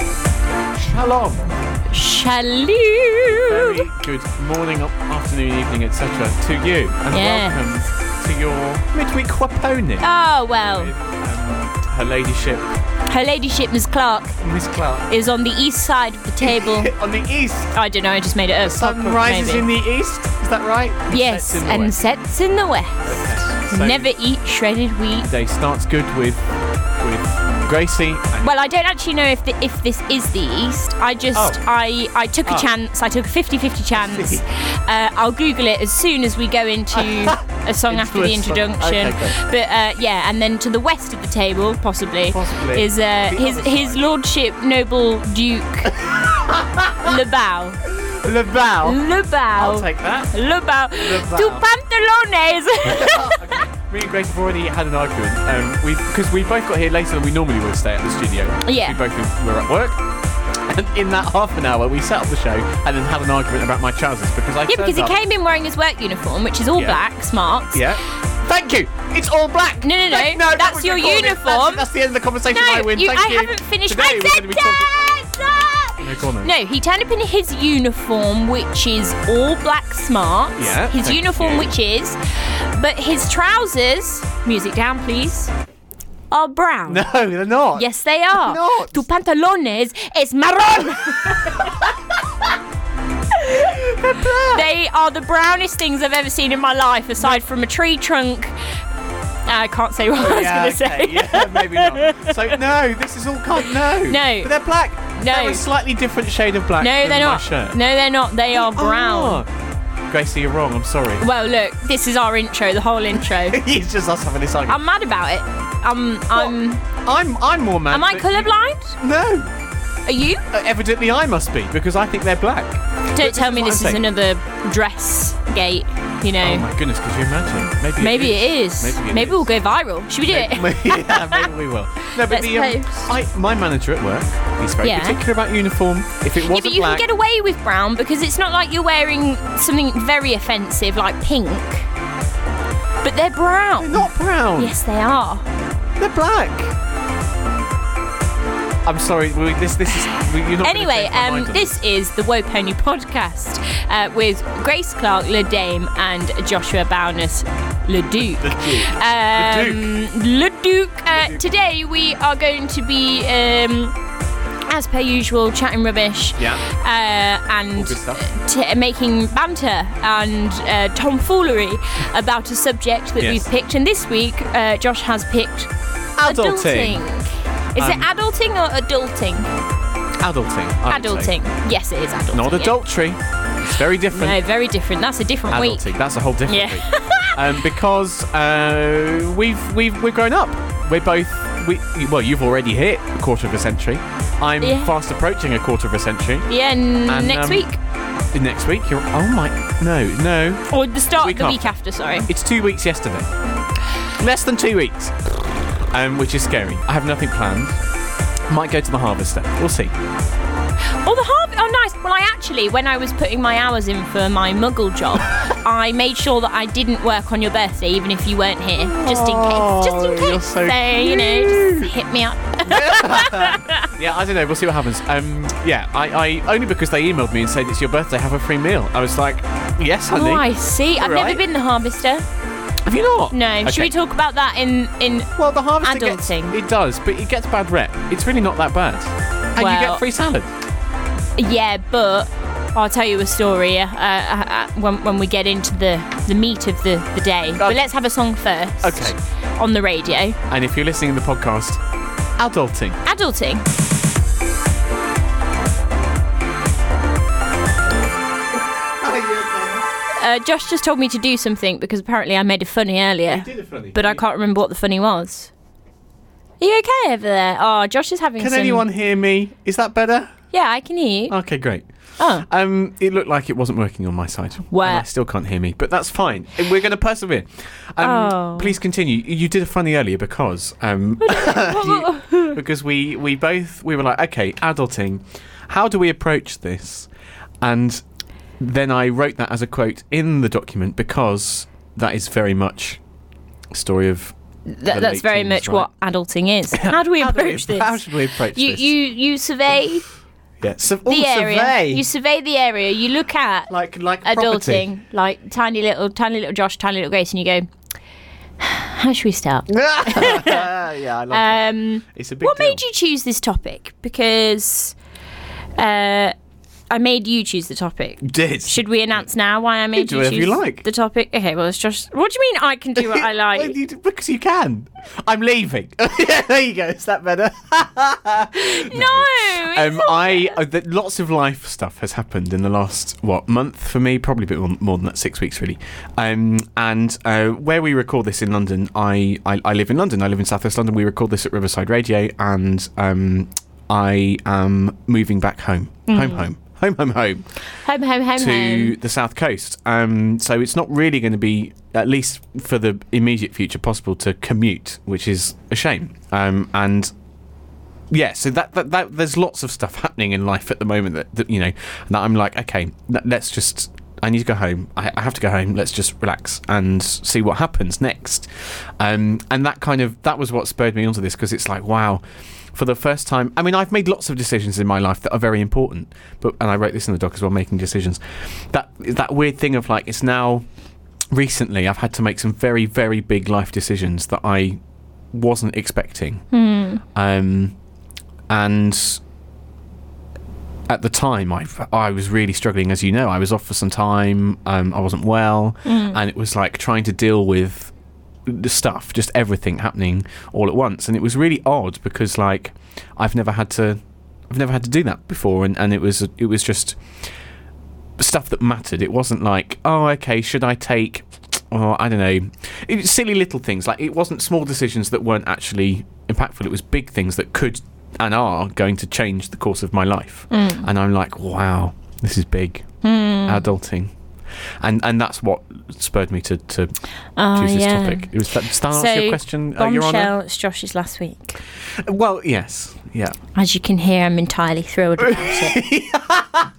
Shalom. Shalom. Very good morning, afternoon, evening, etc. to you, and Yeah. welcome to your midweek waponi. Oh with, well, um, her ladyship, her ladyship Miss Clark Miss Clark, is on the east side of the table. on the east. I don't know. I just made it up. Sun rises maybe. in the east. Is that right? yes, Sets in the and west. sets in the west. Yes. So Never eat shredded wheat. Day starts good with with Gracie. And Well, I don't actually know if the, if this is the east. I just Oh. I I took a Ah. chance. I took a 50-50 chance. see. Uh, I'll Google it as soon as we go into a song Into after a the song. introduction. Okay, great. but uh, yeah, and then to the west of the table, possibly, Possibly. is uh, The his other his side. lordship noble duke Lebao. Laval. I'll Lebao. take that. Lebao. Lebao. Tu pantalones. Me and Grace have already had an argument. Um, we because we both got here later than we normally would stay at the studio. Yeah. We both were at work. And in that half an hour, we set up the show and then had an argument about my trousers because I yeah, because turned he up- came in wearing his work uniform, which is all Yeah. black, smart. Yeah. Thank you. It's all black. No, no, no. Thank- that That's was your recorded. uniform. That's, that's the end of the conversation. No, I win. you- Thank I you. haven't finished Today my we're going to be talking- sentence! No, go on then. No, he turned up in his uniform, which is all black smart. Yeah, His thank uniform, you. which is, but his trousers, music down, please, are brown. No, they're not. Yes, they are. not. Tu pantalones es marrón. they are the brownest things I've ever seen in my life, aside from a tree trunk. I can't say what I was Yeah, going to okay, say. yeah, maybe not. So no, this is all kind. No, No. But they're black. No. they're a slightly different shade of black. No, than they're my not. Shirt. No, they're not. They are brown. Ah. Gracie, you're wrong. I'm sorry. Well, look, this is our intro, the whole intro. it's just us having this argument. I'm mad about it. Um, I'm. I'm, I'm, more mad. Am I that- colourblind? No, Are you? Uh, evidently I must be because I think they're black. Don't tell me what this is I'm saying. another dress gate. You know. Oh my goodness, could you imagine? Oh, Maybe Maybe it is. Maybe it is. we'll go viral. Should we do it? Maybe, yeah, maybe we will. No, but Let's the um, post. I, my manager at work, he's very Yeah. particular about uniform. If it Yeah, wasn't but you black, can get away with brown because it's not like you're wearing something very offensive like pink. But they're brown. not brown. Yes, they are. They're black. I'm sorry. We, this this is we, you're not. gonna Anyway, change my mind um, on this is the Woke Pony podcast uh, with Grace Clark, Le Dame, and Joshua Bowness, Le Duke. The Duke. Um, Le Duke. Uh, Today we are going to be, um, as per usual, chatting rubbish. Yeah. Uh, and good stuff. t- making banter and uh, tomfoolery about a subject that Yes. we've picked. And this week, uh, Josh has picked adulting. Adulting. Is it Um, adulting or adulting? Adulting. I would say. Adulting. Yes, it is adulting. Not yeah. adultery. It's very different. No, very different. That's a different adulting. week. That's a whole different Yeah. week. Um, because uh, we've we've we're grown up. We're both we well. You've already hit a quarter of a century. I'm Yeah. fast approaching a quarter of a century. Yeah, n- And, next um, week. Next week, you're oh my no no. Or the start week of after. the week after, sorry. It's two weeks yesterday. Less than two weeks. Um, which is scary. I have nothing planned. Might go to the harvester. We'll see. Oh, the Harvey. Oh, nice. Well, I actually, when I was putting my hours in for my muggle job, I made sure that I didn't work on your birthday, even if you weren't here, just in case. Just in Oh, case. you're so you know, just hit me up. Yeah, I don't know. We'll see what happens. Um, yeah, I, I only because they emailed me and said it's your birthday. Have a free meal. I was like, yes, Oh, honey. I see. I've right. never been the harvester. Have you not? No. Should Okay. we talk about that in in? Well, the harvester gets- Adulting. it does, but it gets bad rep. It's really not that bad. And you Well- get free salad. Yeah, but. I'll tell you a story uh, uh, uh, when, when we get into the, the meat of the, the day. But let's have a song first. Okay. On the radio. And if you're listening to the podcast, adulting. Adulting. Uh, Josh just told me to do something because apparently I made a funny earlier, but I can't remember what the funny was. Are you okay over there? Oh, Josh is having Can some. anyone hear me? Is that better? Yeah, I can hear you. Okay, great. Oh. Um, it looked like it wasn't working on my side. and Where- I still can't hear me, but that's fine. We're going to persevere. Um, Oh. Please continue. You did a funny earlier because um, you- because we we both we were like, okay, adulting. How do we approach this? And then I wrote that as a quote in the document because that is very much story of Th- that's very teens, much right. what adulting is. How do we How do we- approach How this? should we approach You, this? you you survey yeah. Sur- the oh, area. survey. You survey the area. You look at like like property. adulting, like tiny little, tiny little Josh, tiny little Grace, and you go, how should we start? yeah, I love that. Um, It's a big what deal. made you choose this topic? Because uh, I made you choose the topic. did. Should we announce now why I made do you whatever choose you like. the topic? Okay, well, it's just. What do you mean I can do what I Well, like? you d- because you can. I'm leaving. there you go. Is that better? no! it's Um, I uh, th- lots of life stuff has happened in the last what month for me, probably a bit more, more than that, six weeks really. Um, and uh, where we record this in London, I, I I live in London. I live in Southwest London. We record this at Riverside Radio, and um, I am moving back home, Mm. home, home, home, home, home. home, home, home, to home. the south coast. Um, so it's not really going to be, at least for the immediate future, possible to commute, which is a shame. Um, and yeah, so that, that that there's lots of stuff happening in life at the moment that, that you know that I'm like, okay, let- let's just. I need to go home. I, I have to go home. Let's just relax and see what happens next. Um, and that kind of that was what spurred me onto this because it's like, wow, for the first time. I mean, I've made lots of decisions in my life that are very important, but and I wrote this in the doc as well, making decisions. That that weird thing of like, it's now recently I've had to make some very very big life decisions that I wasn't expecting. Um, and at the time, I, I was really struggling. As you know, I was off for some time. Um, I wasn't well, and it was like trying to deal with the stuff, just everything happening all at once. And it was really odd because like I've never had to, I've never had to do that before, and, and it was it was just stuff that mattered. It wasn't like, oh, okay, should I take, oh, I don't know, it was silly little things. Like it wasn't small decisions that weren't actually impactful. It was big things that could and are going to change the course of my life. Mm. And I'm like, wow, this is big, adulting. And and that's what spurred me to, to choose Oh, this yeah. topic. It was that, does that answer So, your question, uh, Your Honour? Bombshell, it's Josh's last week. Well, yes, yeah. As you can hear, I'm entirely thrilled about it.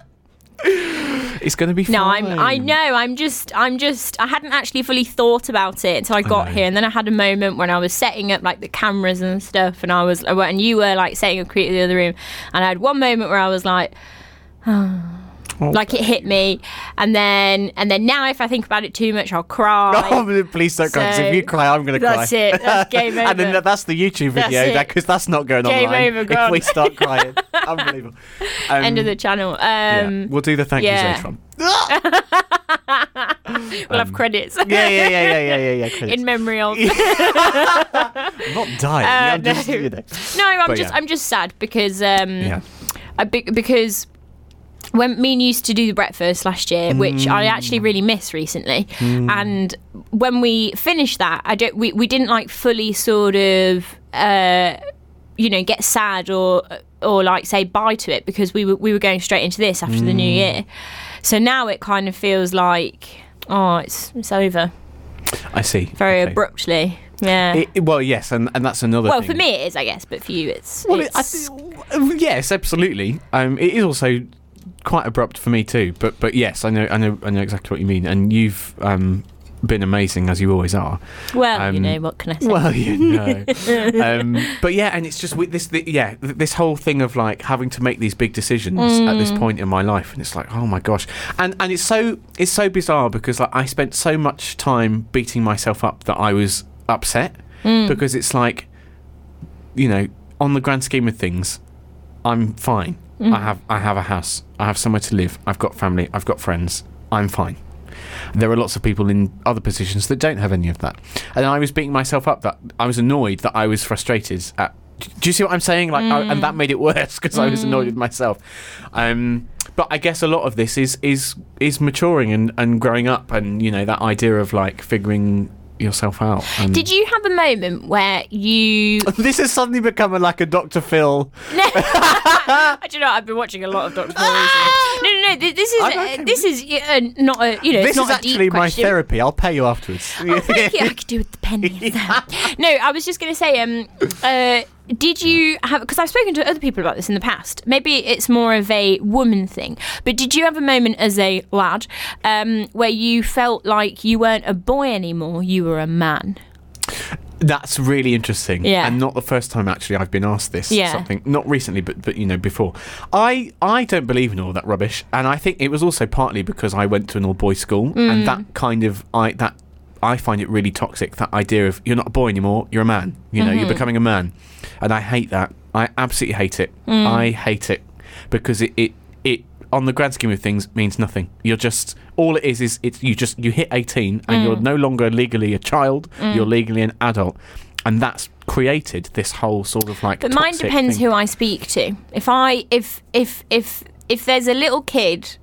It's going to be fun. No, I'm. I know. I'm just. I'm just. I hadn't actually fully thought about it until I got know. here, and then I had a moment when I was setting up like the cameras and stuff, and I was. And you were like setting up creating the other room, and I had one moment where I was like. "Ah." Oh. Like it hit me, and then and then now if I think about it too much, I'll cry. Oh, please don't cry, 'cause So, if you cry, I'm going to cry. That's it. That's game over. and then that- that's the YouTube That's video it. because that's not going Game online. over, if gone. we start crying, unbelievable. Um, End of the channel. yeah. Um, We'll do the thank yeah. yous later on. We'll have credits Um, Yeah, yeah, yeah, yeah, yeah, yeah. yeah. credits. in memory of. I'm not dying. Uh, I'm just, no. you know. No, I'm But just yeah. I'm just sad because um, Yeah. I be- because when me and you used to do the breakfast last year, which Mm. I actually really miss recently, and when we finished that, I don't we, we didn't like fully sort of uh, you know get sad or or like say bye to it because we were we were going straight into this after the new Mm. year, so now it kind of feels like oh it's it's over I see. very Okay. abruptly. Yeah. It- it- well, yes, and, and that's another well, thing. for me it is, I guess, but for you it's. Well, it- I it's- think- yes, absolutely. Um, it is also quite abrupt for me too. But but yes, I know I know I know exactly what you mean. And you've um, been amazing as you always are. Well, you Um, know what can I say? Well, you know. um, but yeah, and it's just with this, the, yeah, th- this whole thing of like having to make these big decisions at this point in my life, and it's like, oh my gosh, and and it's so it's so bizarre because like I spent so much time beating myself up that I was upset because it's like, you know, on the grand scheme of things, I'm fine. I have I have a house. I have somewhere to live. I've got family. I've got friends. I'm fine. There are lots of people in other positions that don't have any of that. And I was beating myself up that I was annoyed that I was frustrated at. Do you see what I'm saying? Like, I, and Mm. that made it worse because I was annoyed with myself. Um, but I guess a lot of this is is is maturing and, and growing up, and you know that idea of like figuring yourself out. And Did you have a moment where you? this has suddenly become a, like a Dr. Phil. No, I do you know. I've been watching a lot of Doctor Who. recently. No, no, no. th- This is I'm uh, okay with this is uh, not a you know. it's This not is a deep actually my question. therapy. I'll pay you afterwards. Thank you. I could do with the penny. no, I was just going to say, um, uh, did you have? Because I've spoken to other people about this in the past. Maybe it's more of a woman thing, but did you have a moment as a lad um, where you felt like you weren't a boy anymore? You were a man. That's really interesting. Yeah. And not the first time actually I've been asked this Yeah. something. Not recently, but but you know, before. I I don't believe in all that rubbish. And I think it was also partly because I went to an all boys school Mm. and that kind of I that I find it really toxic, that idea of you're not a boy anymore, you're a man. You know, Mm-hmm. you're becoming a man. And I hate that. I absolutely hate it. Mm. I hate it. Because it, it it on the grand scheme of things means nothing. You're just all it is is it's you just you hit 18 and Mm. you're no longer legally a child. You're legally an adult, and that's created this whole sort of like. But mine toxic depends thing. who I speak to. If I if if if if there's a little kid,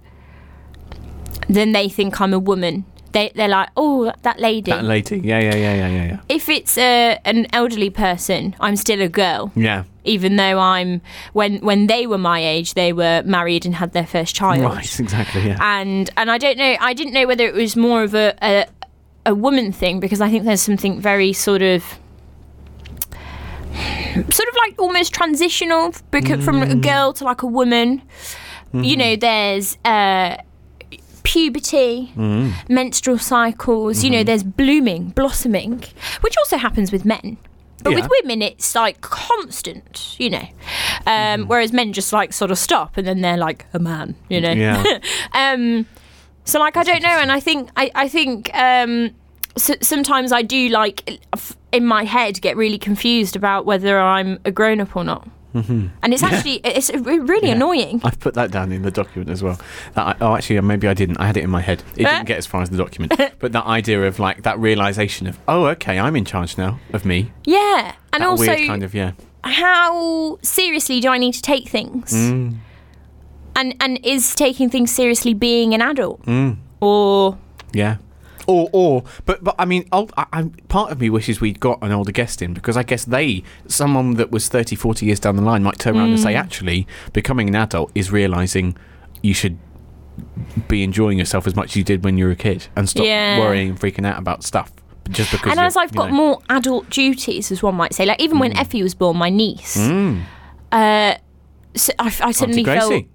then they think I'm a woman. They they're like, oh, that lady. That lady, yeah, yeah, yeah, yeah, yeah, yeah. if it's a an elderly person, I'm still a girl, Yeah, even though I'm when when they were my age, they were married and had their first child. right, exactly. Yeah, And and I don't know, I didn't know whether it was more of a a, a woman thing because I think there's something very sort of sort of like almost transitional becau- from Mm. a girl to like a woman. You Mm-hmm. know, there's uh puberty, Mm. menstrual cycles, you Mm-hmm. know, there's blooming, blossoming, which also happens with men. But Yeah. with women, it's like constant, you know. Um, Mm. Whereas men just like sort of stop and then they're like a man, you know. yeah. Um, so like I don't know, and I think I I think um, s sometimes I do like f- in my head get really confused about whether I'm a grown up or not, and it's actually it's re- really Mm-hmm. Yeah. Uh, annoying. I've put that down in the document as well. That I, oh, actually, maybe I didn't. I had it in my head. It Eh? didn't get as far as the document. but that idea of like that realization of oh, okay, I'm in charge now of me. Yeah, and That also weird kind of yeah. how seriously do I need to take things? Mm. And and is taking things seriously being an adult Mm. or Yeah. Or, or, but, but I mean, old, I, I, part of me wishes we'd got an older guest in because I guess they, someone that was 30, 40 years down the line, might turn around and Mm. say, actually, becoming an adult is realizing you should be enjoying yourself as much as you did when you were a kid and stop Yeah. worrying and freaking out about stuff just because. and you're- as I've you got know. Mm. more adult duties, as one might say, like even when Effie was born, my niece, uh, so I, I Auntie suddenly felt Gracie.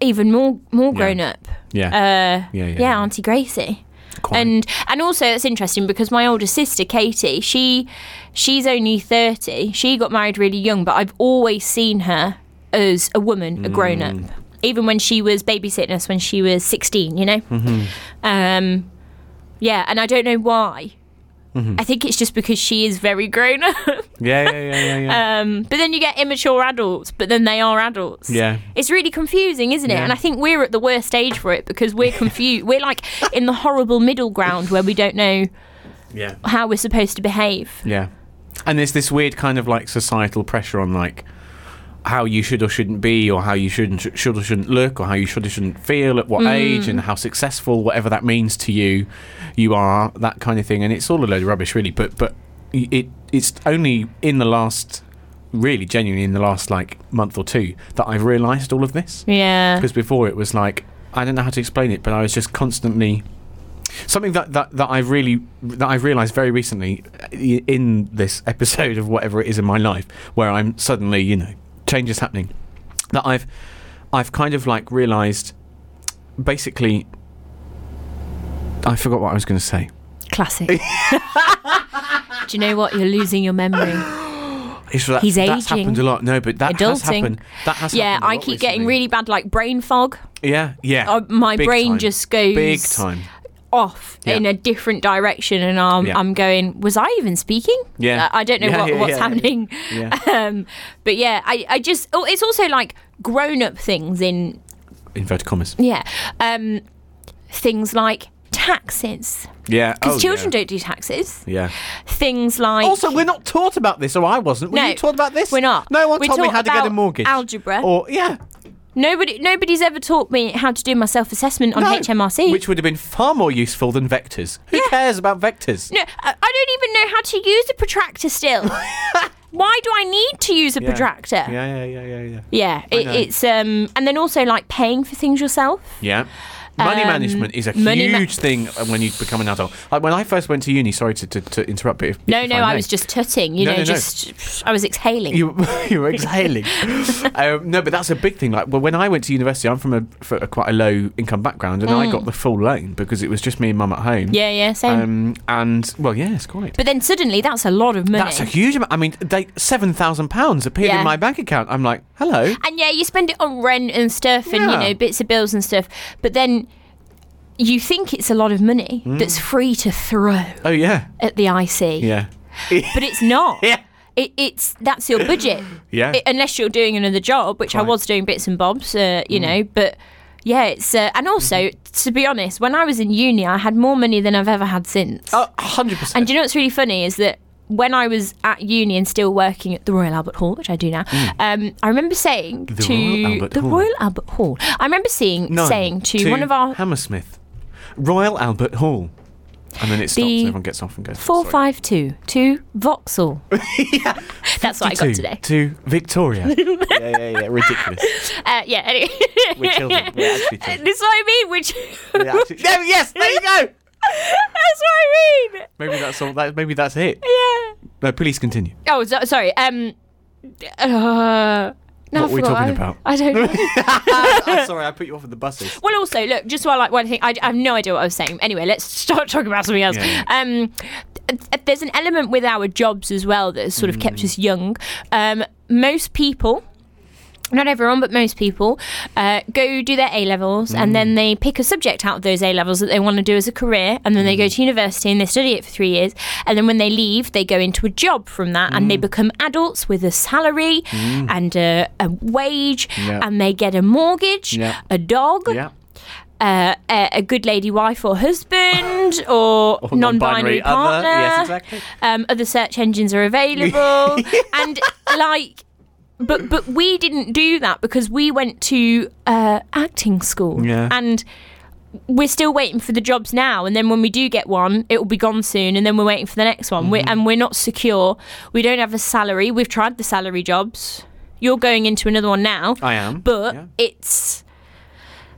even more more grown up. Yeah. Uh, yeah. Yeah. yeah, Auntie Gracie. Quite. And and also it's interesting because my older sister Katie, she she's only thirty. She got married really young, but I've always seen her as a woman, a grown up. Mm. Even when she was babysitting us when she was sixteen, you know. Mm-hmm. Um, yeah, and I don't know why. Mm-hmm. I think it's just because she is very grown up. yeah. Yeah. Yeah. Yeah. Yeah. Um, but then you get immature adults, but then they are adults. Yeah. It's really confusing, isn't it? Yeah. And I think we're at the worst stage for it because we're confused. we're like in the horrible middle ground where we don't know yeah. how we're supposed to behave. Yeah. And there's this weird kind of like societal pressure on like how you should or shouldn't be or how you shouldn't should or shouldn't look or how you should or shouldn't feel at what age and how successful whatever that means to you you are that kind of thing and it's all a load of rubbish really but but y- it it's only in the last really genuinely in the last like month or two that I've realized all of this Yeah. because before it was like I don't know how to explain it, but I was just constantly something that, that, that I've really that I've realised very recently i- in this episode of whatever it is in my life, where I'm suddenly you know changes happening, that I've I've kind of like realised basically. I forgot what I was going to say. Classic. Do you know what? You're losing your memory. It's that, He's that's happened aging. a lot. No, but that has Adulting. happened. That has yeah, happened a I lot keep getting recently. really bad like brain fog. yeah yeah. Uh, my Big brain time. just goes big time. off Yeah. in a different direction, and I'm, Yeah. I'm going. Was I even speaking? Yeah. I I don't know Yeah, what, yeah, what's yeah, yeah. happening. Yeah. Um, but yeah, I, I just oh, it's also like grown up things in Inverted commas. yeah, um, things like taxes Yeah. because oh, children yeah. don't do taxes. Yeah. Things like Also, we're not taught about this, or I wasn't. Were No, you taught about this? we're not. No one We're told me taught how to get a about mortgage. algebra. Or yeah, Nobody, nobody's ever taught me how to do my self-assessment on No, HMRC. Which would have been far more useful than vectors. Who cares about vectors? no, I I don't even know how to use a protractor still. Why do I need to use a protractor? Yeah, yeah, Yeah, yeah, yeah, yeah. it, know. it's um, and then also like paying for things yourself. Yeah. Money Um, management is a money ma- huge thing when you become an adult. Like when I first went to uni, sorry to, to, to interrupt, but if, No, if no, I, I may. was just tutting. You No, know, no, no. just I was exhaling. You, you were exhaling. um, no, but that's a big thing. Like, well, when I went to university, I'm from a, for a quite a low income background, and Mm. I got the full loan because it was just me and mum at home. yeah, yeah, same. Um, and well, yeah, it's quite. but then suddenly, that's a lot of money. That's a huge amount. I mean, they seven thousand pounds appeared Yeah. in my bank account. I'm like, hello. and yeah, you spend it on rent and stuff, and you Yeah. know bits of bills and stuff. But then you think it's a lot of money that's free to throw Oh yeah, at the IC, Mm. yeah, but it's not. yeah, It, it's that's your budget, yeah. I- unless you're doing another job, which I Quite. was doing bits and bobs, uh, Mm. you know. But yeah, it's uh, and also Mm-hmm. to be honest, when I was in uni, I had more money than I've ever had since. Oh, hundred And percent. do you know what's really funny is that when I was at uni and still working at the Royal Albert Hall, which I do now, um, I remember saying Mm. The to Royal Albert the Hall. Royal Albert Hall. I remember seeing saying to, one of our Hammersmith, Royal Albert Hall, and then it stops. The and everyone gets off and goes. four sorry. five two to Vauxhall. That's what I got To- today. to Victoria. yeah, yeah, yeah. Ridiculous. Uh, yeah. Anyway. We're children. We're actually children. That's what I mean. Which We're actually- no, yes, there you go. that's what I mean. Maybe that's all. That maybe that's it. Yeah. No, please continue. Oh, so, sorry. Um. Uh, now What I were we forgot. talking I- about? I don't know. I'm sorry, I put you off with the buses. Well, also, look, just while like one thing, I, I have no idea what I was saying. Anyway, let's start talking about something else. Yeah. Um, th- th- there's an element with our jobs as well that has sort of Mm. kept us young. Um, most people. Not everyone, but most people uh, go do their A levels and Mm. then they pick a subject out of those A levels that they want to do as a career. And then they Mm. go to university and they study it for three years. And then when they leave, they go into a job from that and they Mm. become adults with a salary and a, a wage Yeah. and they get a mortgage, Yeah. a dog, Yeah. uh, a, a good lady wife or husband or, non-binary, partner. Other. Yes, exactly. um, other search engines are available, and like, but but we didn't do that because we went to uh, acting school, Yeah. and. We're still waiting for the jobs now, and then when we do get one, it will be gone soon, and then we're waiting for the next one. Mm-hmm. We're, and we're not secure. We don't have a salary. We've tried the salary jobs. You're going into another one now I am. but Mm-hmm. Yeah. it's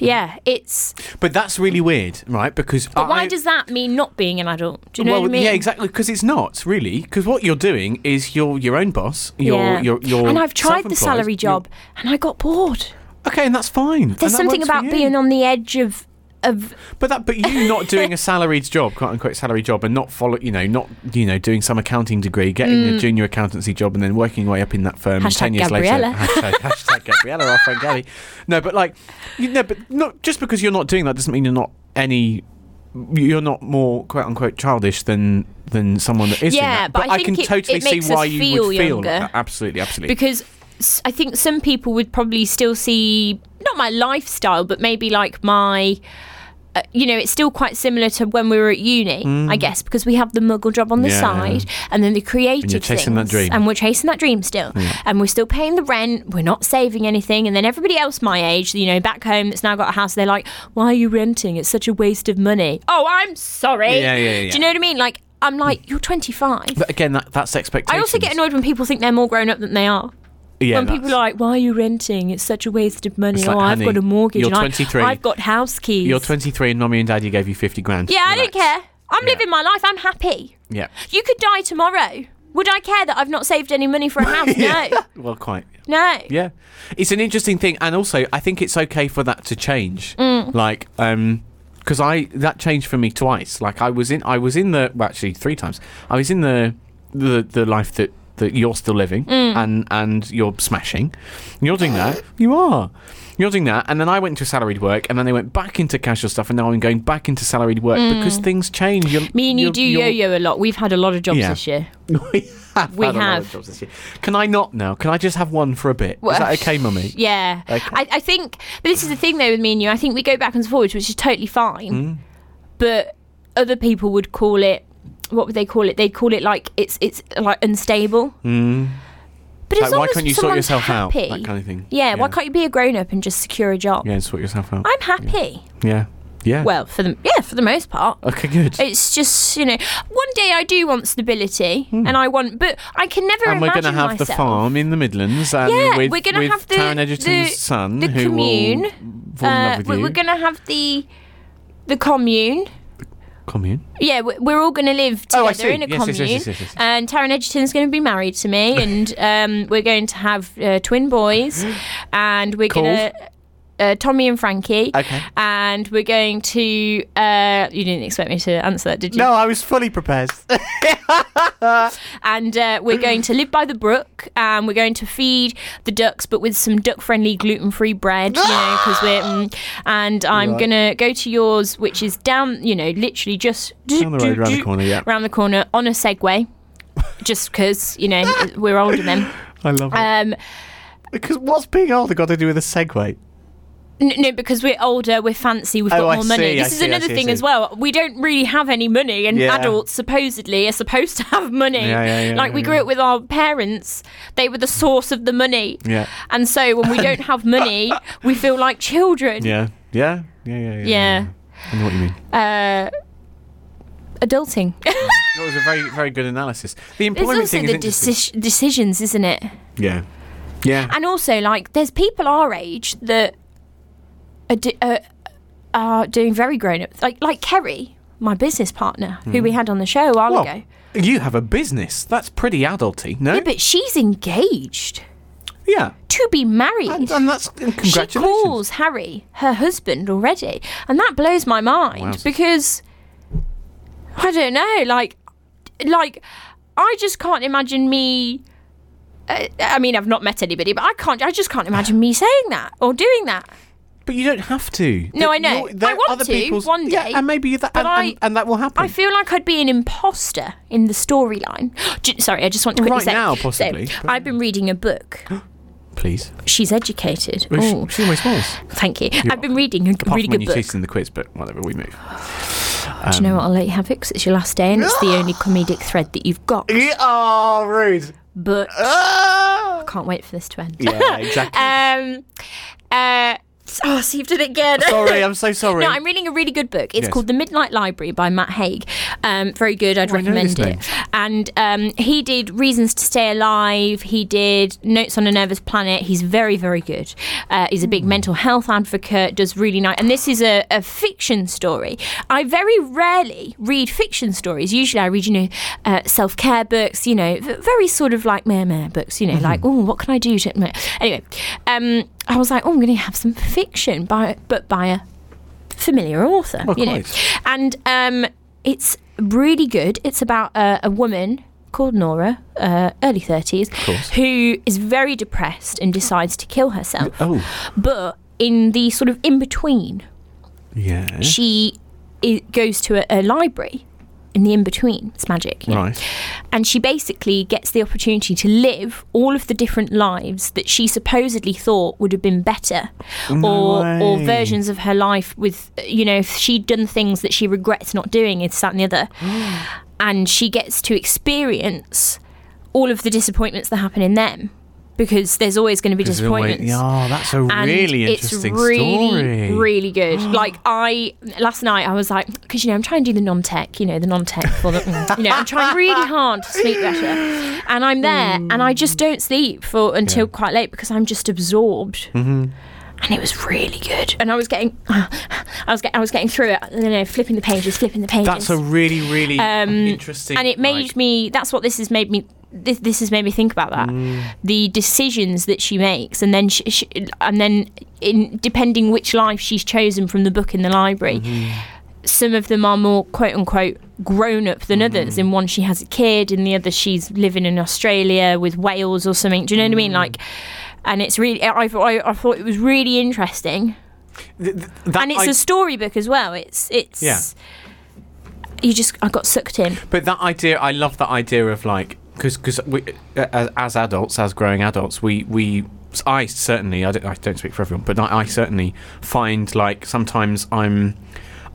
yeah, it's. But that's really weird, right? Because But why I- does that mean not being an adult? Do you know well, what I mean? yeah, exactly. Because it's not really. Because what you're doing is you're your own boss. You're, Yeah. you're, you're and I've tried the self-employed, salary job, and I got bored. you're- Okay, and that's fine. There's something about being on the edge of of But that, but you not doing a salaried job, quote unquote salary job, and not follow, you know, not you know, doing some accounting degree, getting a junior accountancy job, and then working your way up in that firm. and Mm. Hashtag ten years Gabriella. later, hashtag, hashtag Gabriella, our friend Gabby. No, but like, you, no, but not just because you're not doing that doesn't mean you're not any. You're not more quote unquote childish than than someone that is. doing Yeah, that. but I think can it- totally it see makes us why you feel would feel. like younger. that. Absolutely, absolutely. because s- I think some people would probably still see not my lifestyle, but maybe like my. Uh, you know, it's still quite similar to when we were at uni, I guess, because we have the muggle job on the Mm. Yeah. side, and then the creative chasing that things, dream. and we're chasing that dream still, and we're still paying the rent, we're not saving anything, and then everybody else my age, you know, back home that's now got a house, they're like, "Why are you renting? It's such a waste of money." Oh, I'm sorry. Yeah, yeah, Do yeah. you know what I mean? Like, I'm like, you're 25. but again, that, that's expectation. I also get annoyed when people think they're more grown up than they are yeah, when people that's- are like, "Why are you renting? It's such a waste of money. It's oh, like, I've honey, got a mortgage. you're and I- 23. I've got house keys. you're 23 and mommy and daddy gave you 50 grand. yeah, I don't Relax. care. I'm Yeah. living my life. I'm happy. Yeah. You could die tomorrow. Would I care that I've not saved any money for a house? No, Well, quite. no. Yeah, it's an interesting thing, and also I think it's okay for that to change. Mm. Like, um, because I that changed for me twice. Like, I was in, I was in the well, actually three times. I was in the the the life that that you're still living, Mm. and and you're smashing. You're doing that. You are. You're doing that, and then I went to salaried work, and then they went back into casual stuff, and now I'm going back into salaried work because things change. You're, Mm. Me and you you're- do you're- yo-yo a lot. We've had a lot of jobs Yeah. this year. we have. We had a lot of have. jobs this year. Can I not now? Can I just have one for a bit? Well, Is that okay, mummy? Yeah, Okay. I, I think. But this is the thing, though, with me and you. I think we go backwards and forwards, which is totally fine. Mm. But other people would call it. What would they call it? They'd call it like it's it's like unstable. But Mm. Like, as long why as can't you sort someone's yourself out? happy- That kind of thing. Yeah, why Yeah. can't you be a grown up and just secure a job? Yeah, and sort yourself out. I'm happy. yeah. Yeah. Well, for the yeah, for the most part. Okay, good. It's just you know, one day I do want stability, and I want, but I can never. Hmm. and we're imagine going to have myself. the farm in the Midlands, and Yeah, with, we're gonna with have the- Taron Egerton's the- son, the who commune. will fall in Uh, love with we- you. we're going to have the the commune. commune. Yeah, we- we're all going to live Oh, together I see. in a Yes, yes, yes, commune. yes, yes, yes. And Taryn Edgerton's going to be married to me, and um, we're going to have uh, twin boys, and we're going to. Uh, Tommy and Frankie. Okay. And we're going to. Uh, you didn't expect me to answer that, did you? Oh, I was fully prepared. And uh, we're going to live by the brook and we're going to feed the ducks, but with some duck friendly gluten free bread, you know, because we're. Mm, and I'm Right. going to go to yours, which is down, you know, literally just. Down the road, round the corner. Yeah, round the corner on a Segway, just because you know we're older then. I love it. Um, Because what's being older got to do with a segue? n- no, because we're older, we're fancy, we've got Oh, more I money. see, I This is see, I another see, I thing see. as well. We don't really have any money, and Yeah. adults supposedly are supposed to have money. Yeah, yeah, yeah, like we yeah, grew yeah. up with our parents; they were the source of the money. Yeah, And so when we don't have money, we feel like children. yeah, yeah, yeah, yeah, yeah. Yeah. I know what you mean. Uh, adulting. That was a very, very good analysis. The It's employment also thing the is interesting. deci- decisions, isn't it? Yeah, yeah. And also, like, there's people our age that are, do- uh, are doing very grown up. Like, like Kerry, my business partner, who we had on the show a while Hmm. well, ago. you have a business. That's pretty adulty, no? Yeah, but she's engaged Yeah. to be married. And, and that's and she congratulations. calls Harry her husband already. And that blows my mind Wowzers. because I don't know, like like I just can't imagine me uh, I mean, I've not met anybody, but I can't. I just can't imagine me saying that or doing that. But you don't have to. No, I know. you're- there I are want other to people's- one Yeah, day, and maybe that, but and, I- and, and that will happen. I feel like I'd be an imposter in the storyline. J- Sorry, I just want to quickly Right say. now, so, possibly, but- I've been reading a book. Please. She's educated. Well, Oh, She, she always was. thank you. I've been reading a g- Apart really from when good you book. chased in the quiz, but whatever, we move. Um, Do you know what? I'll let you have it because it's your last day and it's the only comedic thread that you've got. Oh, rude. But can't wait for this to end. Yeah, exactly. Um, uh, s- oh, I saved it again. sorry, I'm so sorry. No, I'm reading a really good book. It's Yes. called The Midnight Library by Matt Haig. Um, very good. I'd Oh, I know recommend this name. it. And um, he did Reasons to Stay Alive. He did Notes on a Nervous Planet. He's very, very good. Uh, he's a Hmm. big mental health advocate. Does really nice. And this is a, a fiction story. I very rarely read fiction stories. Usually, I read you know uh, self care books. You know, v- very sort of like meh meh books. You know, Mm-hmm. like oh, what can I do to anyway? Um, I was like, oh, I'm going to have some fiction by but by a familiar author, Oh, you know. quite. And um, it's really good. It's about uh, a woman called Nora, uh, early 30s, course. who is very depressed and decides to kill herself. Oh, But in the sort of in between, yeah. she i goes to a, a library. In the in between, it's magic. you know. Right. And she basically gets the opportunity to live all of the different lives that she supposedly thought would have been better or or way. versions of her life with you know if she'd done things that she regrets not doing it's that and the other and she gets to experience all of the disappointments that happen in them because there's always going to be disappointments Oh, that's a and really it's interesting really, story. Really good. like I last night, I was like, because you know, I'm trying to do the non-tech, you know, the non-tech for the, you know, I'm trying really hard to sleep better, and I'm there, and I just don't sleep for until quite late because I'm just absorbed. Mm-hmm. And it was really good, and I was getting, I was get, I was getting through it, you know, flipping the pages, flipping the pages. That's a really, really interesting. Um, and it made like- me. That's what this has made me. This, this has made me think about that. Mm. The decisions that she makes, and then she, she, and then in depending which life she's chosen from the book in the library, Mm-hmm. some of them are more quote unquote grown up than Mm-hmm. others. In one, she has a kid, in the other, she's living in Australia with whales or something. Do you know what I Mm. mean? Like, and it's really. I, I, I thought it was really interesting, Th- th- that and it's I- a storybook as well. It's it's. Yeah. You just, I got sucked in. But that idea, I love that idea of like, because because as, as adults, as growing adults, we we I certainly I don't, I don't speak for everyone, but I, I certainly find like sometimes I'm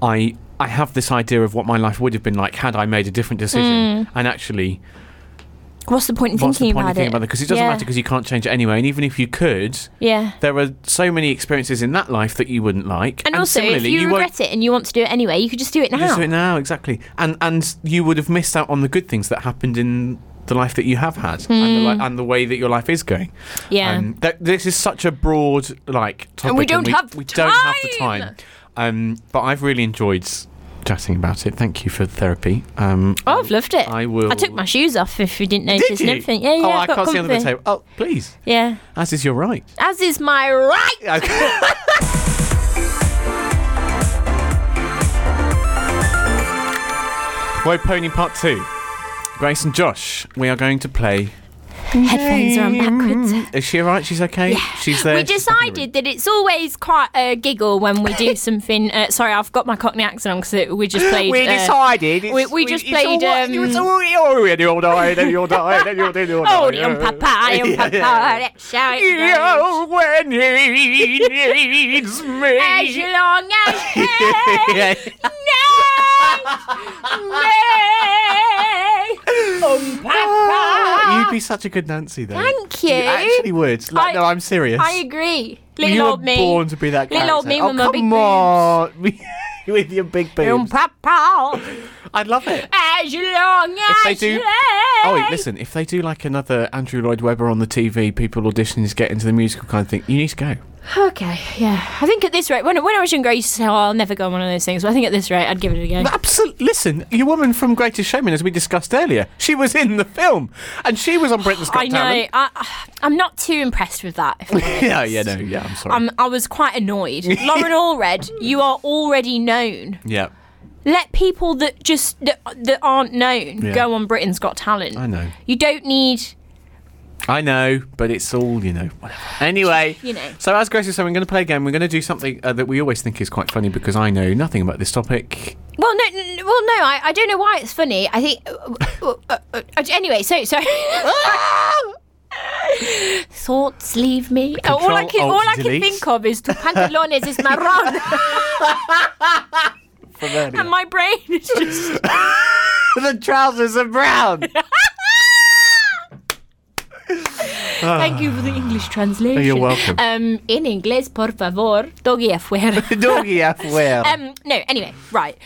I I have this idea of what my life would have been like had I made a different decision, and actually What's the point in What's the Hmm. thinking point about of thinking it? about it? Because it doesn't Yeah. matter because you can't change it anyway. And even if you could, Yeah. there are so many experiences in that life that you wouldn't like. And, also, if similarly, you, won't- regret it and you want to do it anyway, you could just do it now. Just do it now, exactly. And and you would have missed out on the good things that happened in the life that you have had and, the li- and the way that your life is going. Hmm. Yeah. Um, that, this is such a broad like topic, we don't have we don't have the time. time. Um, but I've really enjoyed chatting about it. Thank you for therapy. Um, Oh, I've loved it. I will. I took my shoes off if you didn't notice Did and you? everything. Yeah, yeah. Oh, I've I got can't see under the comfy. table. Oh, please. Yeah. As is your right. As is my right. Okay. Woe Pony Part 2. Grace and Josh, we are going to play. Headphones are on backwards. Is she alright? She's okay? She's there. We She's stuck in the decided that it's always quite a giggle when we do something. Uh, sorry, I've got my Cockney accent on because we just played. room. We uh, decided. it's- we- we just it's all played, right, um, It's all right. Then you'll die. Then you'll die. Then you'll then you'll die. Oh, young papa, young Yeah. papa, let's shout it Yeah, when he needs me. As long as Yeah. Um, Ah, You'd papa. be such a good Nancy, though. Thank you. You actually would. Like, I- no, I'm serious. I agree. Little you old were me. born to be that Little character. old me oh, with my come big um, on. with your big Young boobs. papa. I'd love it. As long If as they do- Oh, wait, listen. If they do like another Andrew Lloyd Webber on the TV, people auditioning to get into the musical kind of thing, you need to go. Okay, yeah. I think at this rate, when, when I was younger, I used to say, oh, I'll never go on one of those things. But I think at this rate, I'd give it a go. Absolutely. Listen, your woman from Greatest Showman, as we discussed earlier, she was in the film, and she was on Britain's Got I know. Talent. I, I'm not too impressed with that. if I'm honest. Yeah, yeah, no, yeah. I'm sorry. I'm, I was quite annoyed. Lauren Allred, you are already known. yeah, Let people that just that, that aren't known Yeah. go on Britain's Got Talent. I know. You don't need. I know, but it's all you know. Whatever. Anyway, You know. So as Grace was saying, we're going to play a game. We're going to do something uh, that we always think is quite funny because I know nothing about this topic. Well, no, n- n- well, no. I, I don't know why it's funny. I think. Uh, uh, uh, uh, anyway, so so. Thoughts leave me. Uh, all I Control, can all Alt, I can Delete. think of is tu pantalones is marron, and my brain is just. the trousers are brown. Thank you for the English translation. Ah. Oh, You're welcome. Um, in inglés, por favor, doggy afuera. Doggy afwear. Um, no, anyway, right.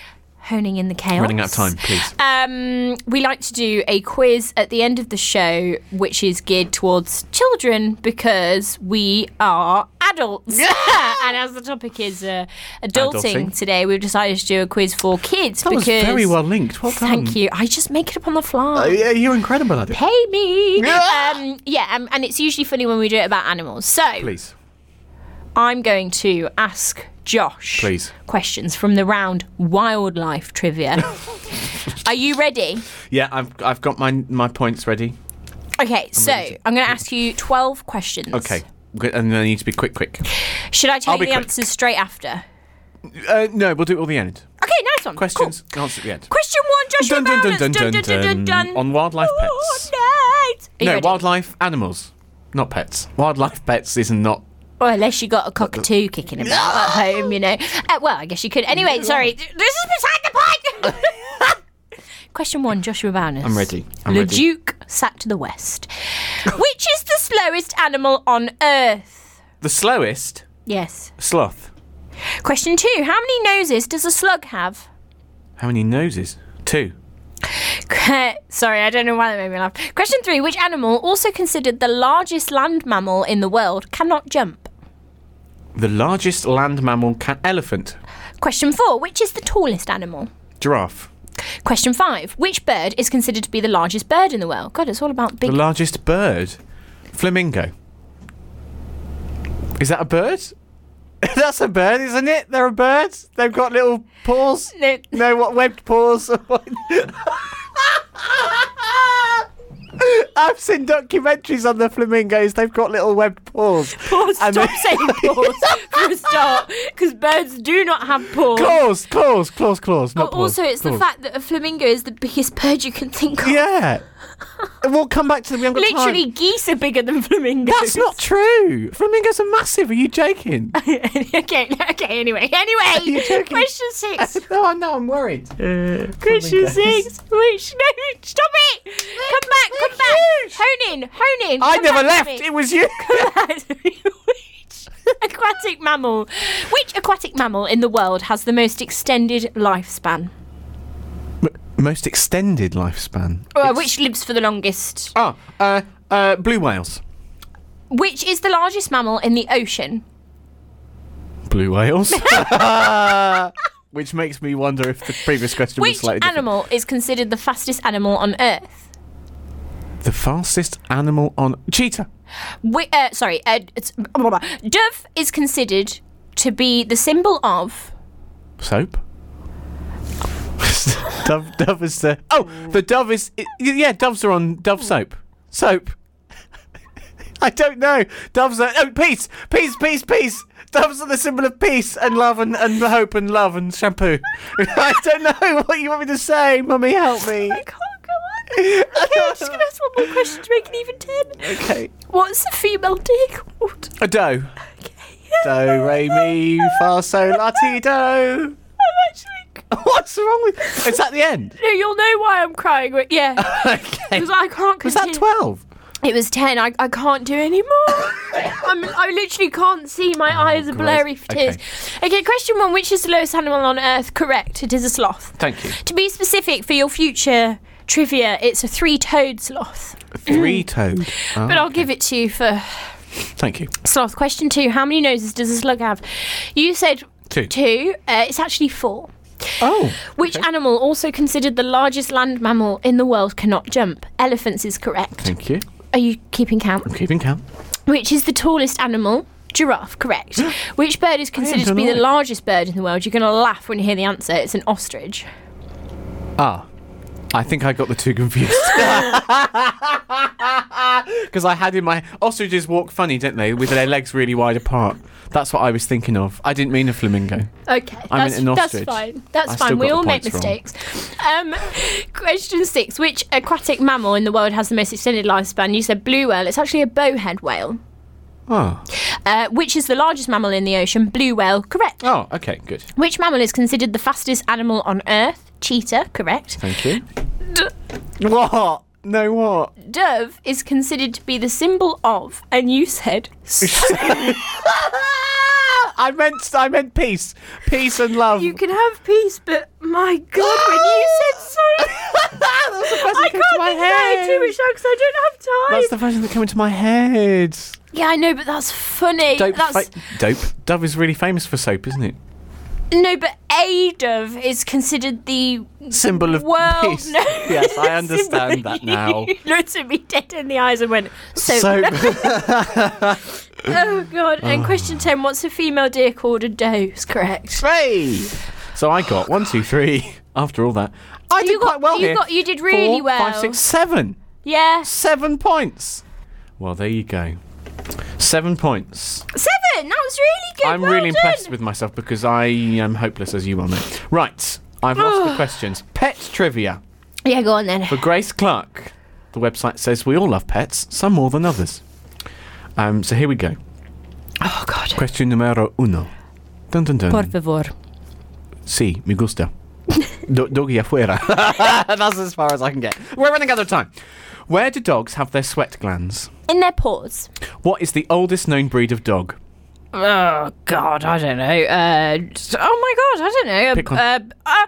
Honing in the chaos. Running out of time, please. Um, we like to do a quiz at the end of the show, which is geared towards children because we are adults. and as the topic is uh, adulting, Adulting. today, we've decided to do a quiz for kids That was because. very well linked. Well done. Thank you. I just make it up on the fly Oh, Yeah, you're incredible at it. pay me. um, yeah, um, and it's usually funny when we do it about animals. So Please. I'm going to ask Josh Please. questions from the round wildlife trivia. Are you ready? Yeah, I've I've got my my points ready. Okay, so ready to- I'm going to ask you 12 questions. Okay. Good, And I need to be quick, quick. Should I I'll take be the quick. answers straight after? Uh, no, we'll do it all the end. Okay, nice one. Questions, Cool. answer at the end. Question one, Joshua Dun, dun, dun, Barnes. dun, dun, dun. On wildlife pets. Oh, nice. Are you No, ready? wildlife animals, not pets. Wildlife pets is not. Or unless you got a cockatoo kicking about at home, you know. Uh, well, I guess you could. Anyway, sorry. This is beside the point. Question one, Joshua Bowness. I'm ready. I'm Le ready. Duke sat to the west. Which is the slowest animal on Earth? The slowest Yes. sloth. Question two, how many noses does a slug have? How many noses? Two. sorry, I don't know why that made me laugh. Question three, which animal, also considered the largest land mammal in the world, cannot jump? The largest land mammal can elephant. Question four, which is the tallest animal? Giraffe. Question five: Which bird is considered to be the largest bird in the world? God, it's all about big. The largest bird. Flamingo. Is that a bird? That's a bird, isn't it? They're a bird. They've got little paws. No. No, what webbed paws? I've seen documentaries on the flamingos. They've got little webbed paws. Pause. I Stop mean- saying pause for a start, because birds do not have paws. Claws, claws, claws, claws. Not But Oh, also, paws, it's the claws. fact that a flamingo is the biggest bird you can think of. Yeah. We'll come back to them. We haven't got Literally, time. geese are bigger than flamingos. That's not true. Flamingos are massive. Are you joking? okay, okay, anyway. you Anyway, joking? question six. no, I know. I'm worried. Question Flamingos. six. Which, no, stop it. Come back, come back. Hone in, hone in. I come never back left. to me. It was you. Which aquatic mammal? Which aquatic mammal in the world has the most extended lifespan? Most extended lifespan. Well, Uh, which lives for the longest? Oh, uh, uh, blue whales. Which is the largest mammal in the ocean? Blue whales. Which makes me wonder if the previous question was Which slightly different. animal is considered the fastest animal on Earth? The fastest animal on cheetah. Whi uh, sorry, uh, it's, blah, blah, blah. dove is considered to be the symbol of. Soap. dove, dove is the. Oh, the dove is. y- Yeah, doves are on dove soap. Soap. I don't know. Doves are. Oh, peace, peace, peace, peace. Doves are the symbol of peace and love and, and hope and love and shampoo. I don't know what you want me to say. Mummy, help me. I can't go on. Okay, I'm just going to ask one more question to make it even ten. Okay. What's the female deer called? A doe. Do, re, mi, fa, sol, la, ti, do. I'm actually. What's wrong with. It's at the end. No, you'll know why I'm crying. Wait, Yeah, Okay. because I can't. Was that continue. 12? It was ten. I, I can't do anymore. I'm, I literally can't see. My eyes are Christ. blurry for tears. Okay. Oh, Okay. question one: Which is the lowest animal on Earth? Correct. It is a sloth. Thank you. To be specific for your future trivia, it's a three-toed sloth. Three toed. Oh, But I'll give it to you for thank you. sloth. Question two: How many noses does a slug have? You said Two. two. Uh, it's actually four. Oh. Which Okay. animal, also considered the largest land mammal in the world, cannot jump? Elephants is correct. Thank you. Are you keeping count? I'm keeping count. Which is the tallest animal? Giraffe, correct. Which bird is considered to be the dunno. largest bird in the world? You're going to laugh when you hear the answer. It's an ostrich. Ah. I think I got the two confused. Because I had in my. Ostriches walk funny, don't they? With their legs really wide apart. That's what I was thinking of. I didn't mean a flamingo. Okay, I meant that's, an that's ostrich. fine. That's I still fine. We got the all make points wrong. mistakes. Um, question six: Which aquatic mammal in the world has the most extended lifespan? You said blue whale. It's actually a bowhead whale. Oh. Uh, which is the largest mammal in the ocean? Blue whale, correct. Oh, okay, good. Which mammal is considered the fastest animal on Earth? Cheetah, correct. Thank you. What? No, what? Dove is considered to be the symbol of, and you said I meant I meant peace, peace and love. you can have peace, but my God, when you said so, that was the first I thing that came to can't my think about it head. too much because I don't have That's time. the first thing that came into my head. yeah, I know, but that's funny. Dope. that's fa- dope. Dove is really famous for soap, isn't it? no, but a dove is considered the Symbol of world. peace. No, Yes, I symbol- understand that now. You looked at me dead in the eyes and went, so. Soap. oh God! Ah. And question ten: What's a female deer called? A doe's correct. Hey. So I got one, two, three. After all that, I did You got- quite well you here. got- you did really Four, Five, well. six, seven. Yeah, Seven points. Well, there you go. Seven points. seven. That was really good. I'm Well really impressed done. with myself because I am hopeless, as you well know. Right, I've lost the questions. Pet trivia Yeah, go on then. for Grace Clark. The website says we all love pets, some more than others. Um, so here we go. Oh God. Question numero uno. Dun dun dun. favor. Sí, me gusta. Do- doggy afuera. That's as far as I can get. We're running out of time. Where do dogs have their sweat glands? In their paws. What is the oldest known breed of dog? Oh God, I don't know. Uh, just- oh my God, I don't know. Pick one. Uh, uh,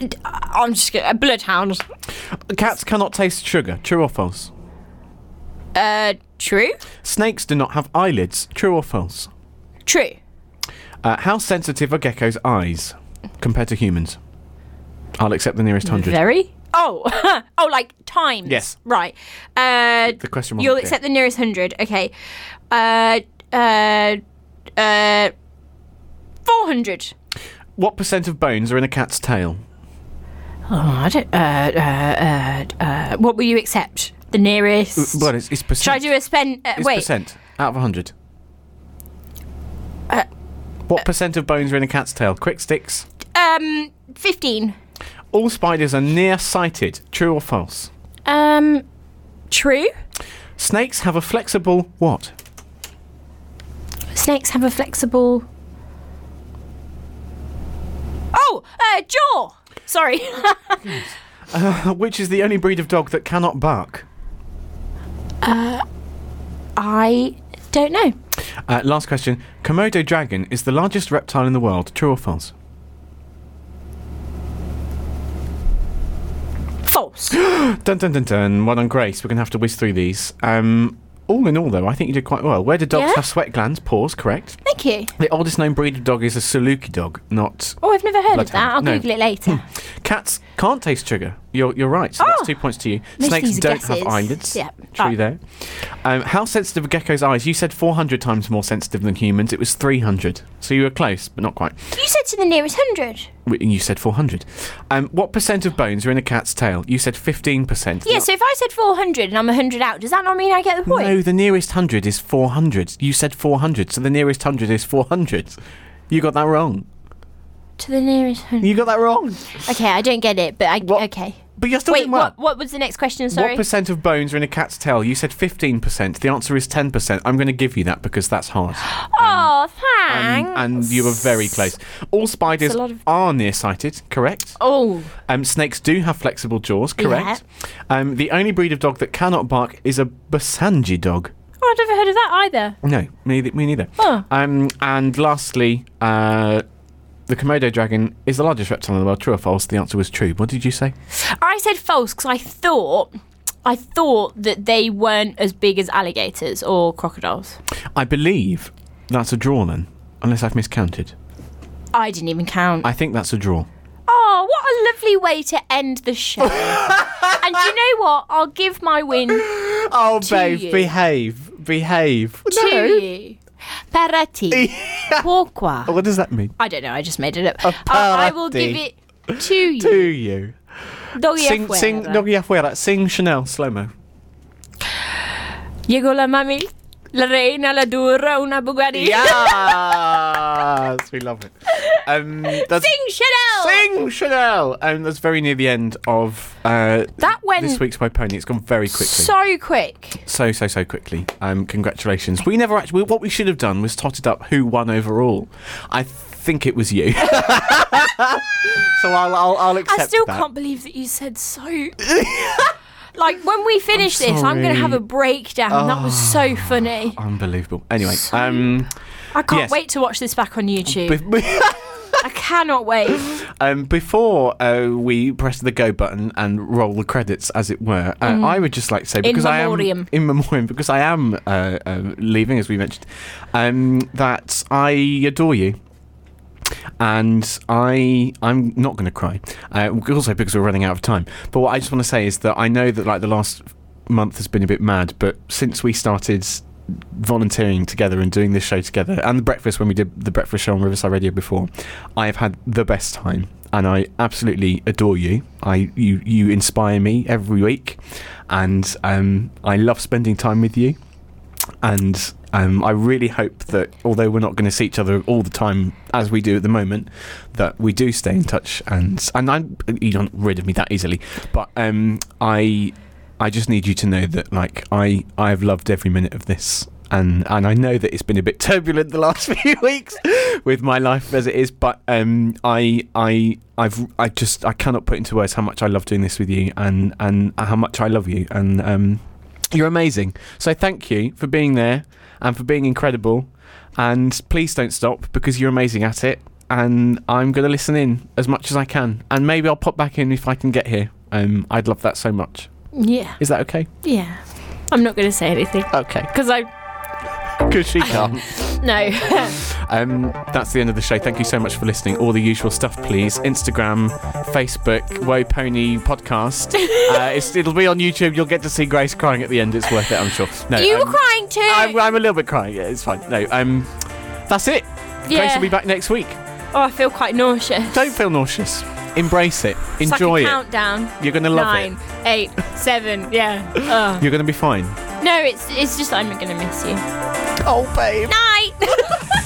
uh, I'm just gonna a bloodhound. Cats cannot taste sugar. True or false? Uh, true, Snakes do not have eyelids. True or false? true. Uh, how sensitive are geckos' eyes compared to humans? I'll accept the nearest hundred. Very. Oh, oh, like times. Yes. Right. Uh, The question wasn't you'll clear. accept the nearest hundred. Okay. Uh, uh, uh, four hundred. What percent of bones are in a cat's tail? Oh, I don't. Uh, uh, uh, uh, what will you accept? The nearest. Uh, Well, it's, it's percent. Should I do a spend? Uh, Mm, it's wait. percent out of a hundred. Uh, what percent of bones are in a cat's tail? Quick sticks. Um, fifteen. all spiders are nearsighted. True or false? Um, true. Snakes have a flexible what? Snakes have a flexible. Oh, uh, jaw. Sorry. Which is the only breed of dog that cannot bark? I don't know. Uh, last question. Komodo dragon is the largest reptile in the world. True or false? False. Dun dun dun dun. Well done, Grace. We're going to have to whiz through these. Um, all in all, though, I think you did quite well. Where do dogs Yeah? have sweat glands? Paws, correct. Thank you. The oldest known breed of dog is a Saluki dog, not. Oh, I've never heard Bloodhound. of that. I'll No. Hmm. Google it later. Cats can't taste sugar. You're, you're right. So that's Oh. two points to you. Most of Snakes these are don't have guesses. eyelids. Yeah. True Oh. there. Um, how sensitive are gecko's eyes? You said 400 times more sensitive than humans. It was 300. So you were close, but not quite. You said to the nearest hundred. W- You said 400. Um, what percent of bones are in a cat's tail? You said 15%. yeah, so if I said 400 and I'm 100 out, does that not mean I get the point? No, the nearest hundred is 400. You said 400, so the nearest hundred is 400. You got that wrong. To the nearest hundred. You got that wrong. Okay, I don't get it, but I What? okay. But you're still Wait, doing well. what, what was the next question? What Sorry. percent of bones are in a cat's tail? You said 15%. The answer is 10%. I'm going to give you that because that's hard. oh, Um, thanks. and you were very close. All spiders lot of- are nearsighted, correct? oh, Um, snakes do have flexible jaws, correct? Um, the only breed of dog that cannot bark is a Basanji dog. oh, I've never heard of that either. No, me, neith- me neither. Huh. Um, and lastly, uh, the Komodo dragon is the largest reptile in the world. True or false? The answer was true. What did you say? I said false because I thought. I thought that they weren't as big as alligators or crocodiles. I believe that's a draw then, unless I've miscounted. I didn't even count. I think that's a draw. Oh, what a lovely way to end the show. and do you know what? I'll give my win to Oh, babe, you. behave, behave. you. Para ti. Pourquoi? What does that mean? I don't know, I just made it up. I, I will para ti. give it to you. To you. Doggy Sing, F sing, whatever. Noggy Afuera, sing Chanel slow mo. Llegó la mami, la reina, la dura, una Bugatti. Yes, Ah, we love it. Um, that's, Sing Chanel. Sing Chanel, and that's very near the end of uh, That went this week's My Pony. It's gone very quickly, so so quick. so so, quickly. Um, congratulations. We never actually. What we should have done was totted up who won overall. I think it was you. so I'll I'll, I'll accept I still that. can't believe that you said so. like when we finish I'm this, I'm going sorry. Ah. to have a breakdown. That was so funny. Unbelievable. Anyway, um, I can't Yes. wait to watch this back on YouTube. bef- I cannot wait. um, before uh, we press the go button and roll the credits, as it were, uh, I would just like to say because I am memoriam. in memoriam because I am uh, uh, leaving, as we mentioned, um, that I adore you. And I, I'm not going to cry. Uh, also because we're running out of time. But what I just want to say is that I know that like the last month has been a bit mad, but since we started volunteering together and doing this show together and the breakfast when we did the breakfast show on Riverside Radio before, I have had the best time and I absolutely adore you. I you you inspire me every week and um, I love spending time with you and um, I really hope that although we're not going to see each other all the time as we do at the moment, that we do stay in touch and and I'm you're not rid of me that easily, but um, I I just need you to know that like I I've loved every minute of this. And, and I know that it's been a bit turbulent the last few weeks with my life as it is, but um, I I I've I just I cannot put into words how much I love doing this with you and and how much I love you and um, you're amazing. So thank you for being there and for being incredible. And please don't stop because you're amazing at it. And I'm going to listen in as much as I can. And maybe I'll pop back in if I can get here. Um, I'd love that so much. Yeah, Is that okay? yeah. I'm not going to say anything Okay. because I Because she can't. no. Um, that's the end of the show. Thank you so much for listening. All the usual stuff, please. Instagram, Facebook, Woe Pony Podcast. uh, it's, it'll be on YouTube. You'll get to see Grace crying at the end. It's worth it, I'm sure. No, you were um, crying too. I'm, I'm a little bit crying. Yeah, it's fine. No, um, that's it. Grace Yeah. will be back next week. oh, I feel quite nauseous. Don't feel nauseous. Embrace it. It's Enjoy like a it. Countdown. You're gonna love it. Nine, eight, seven. Yeah. Ugh. You're going to be fine. No, it's it's just I'm going to miss you. Oh, babe. Night.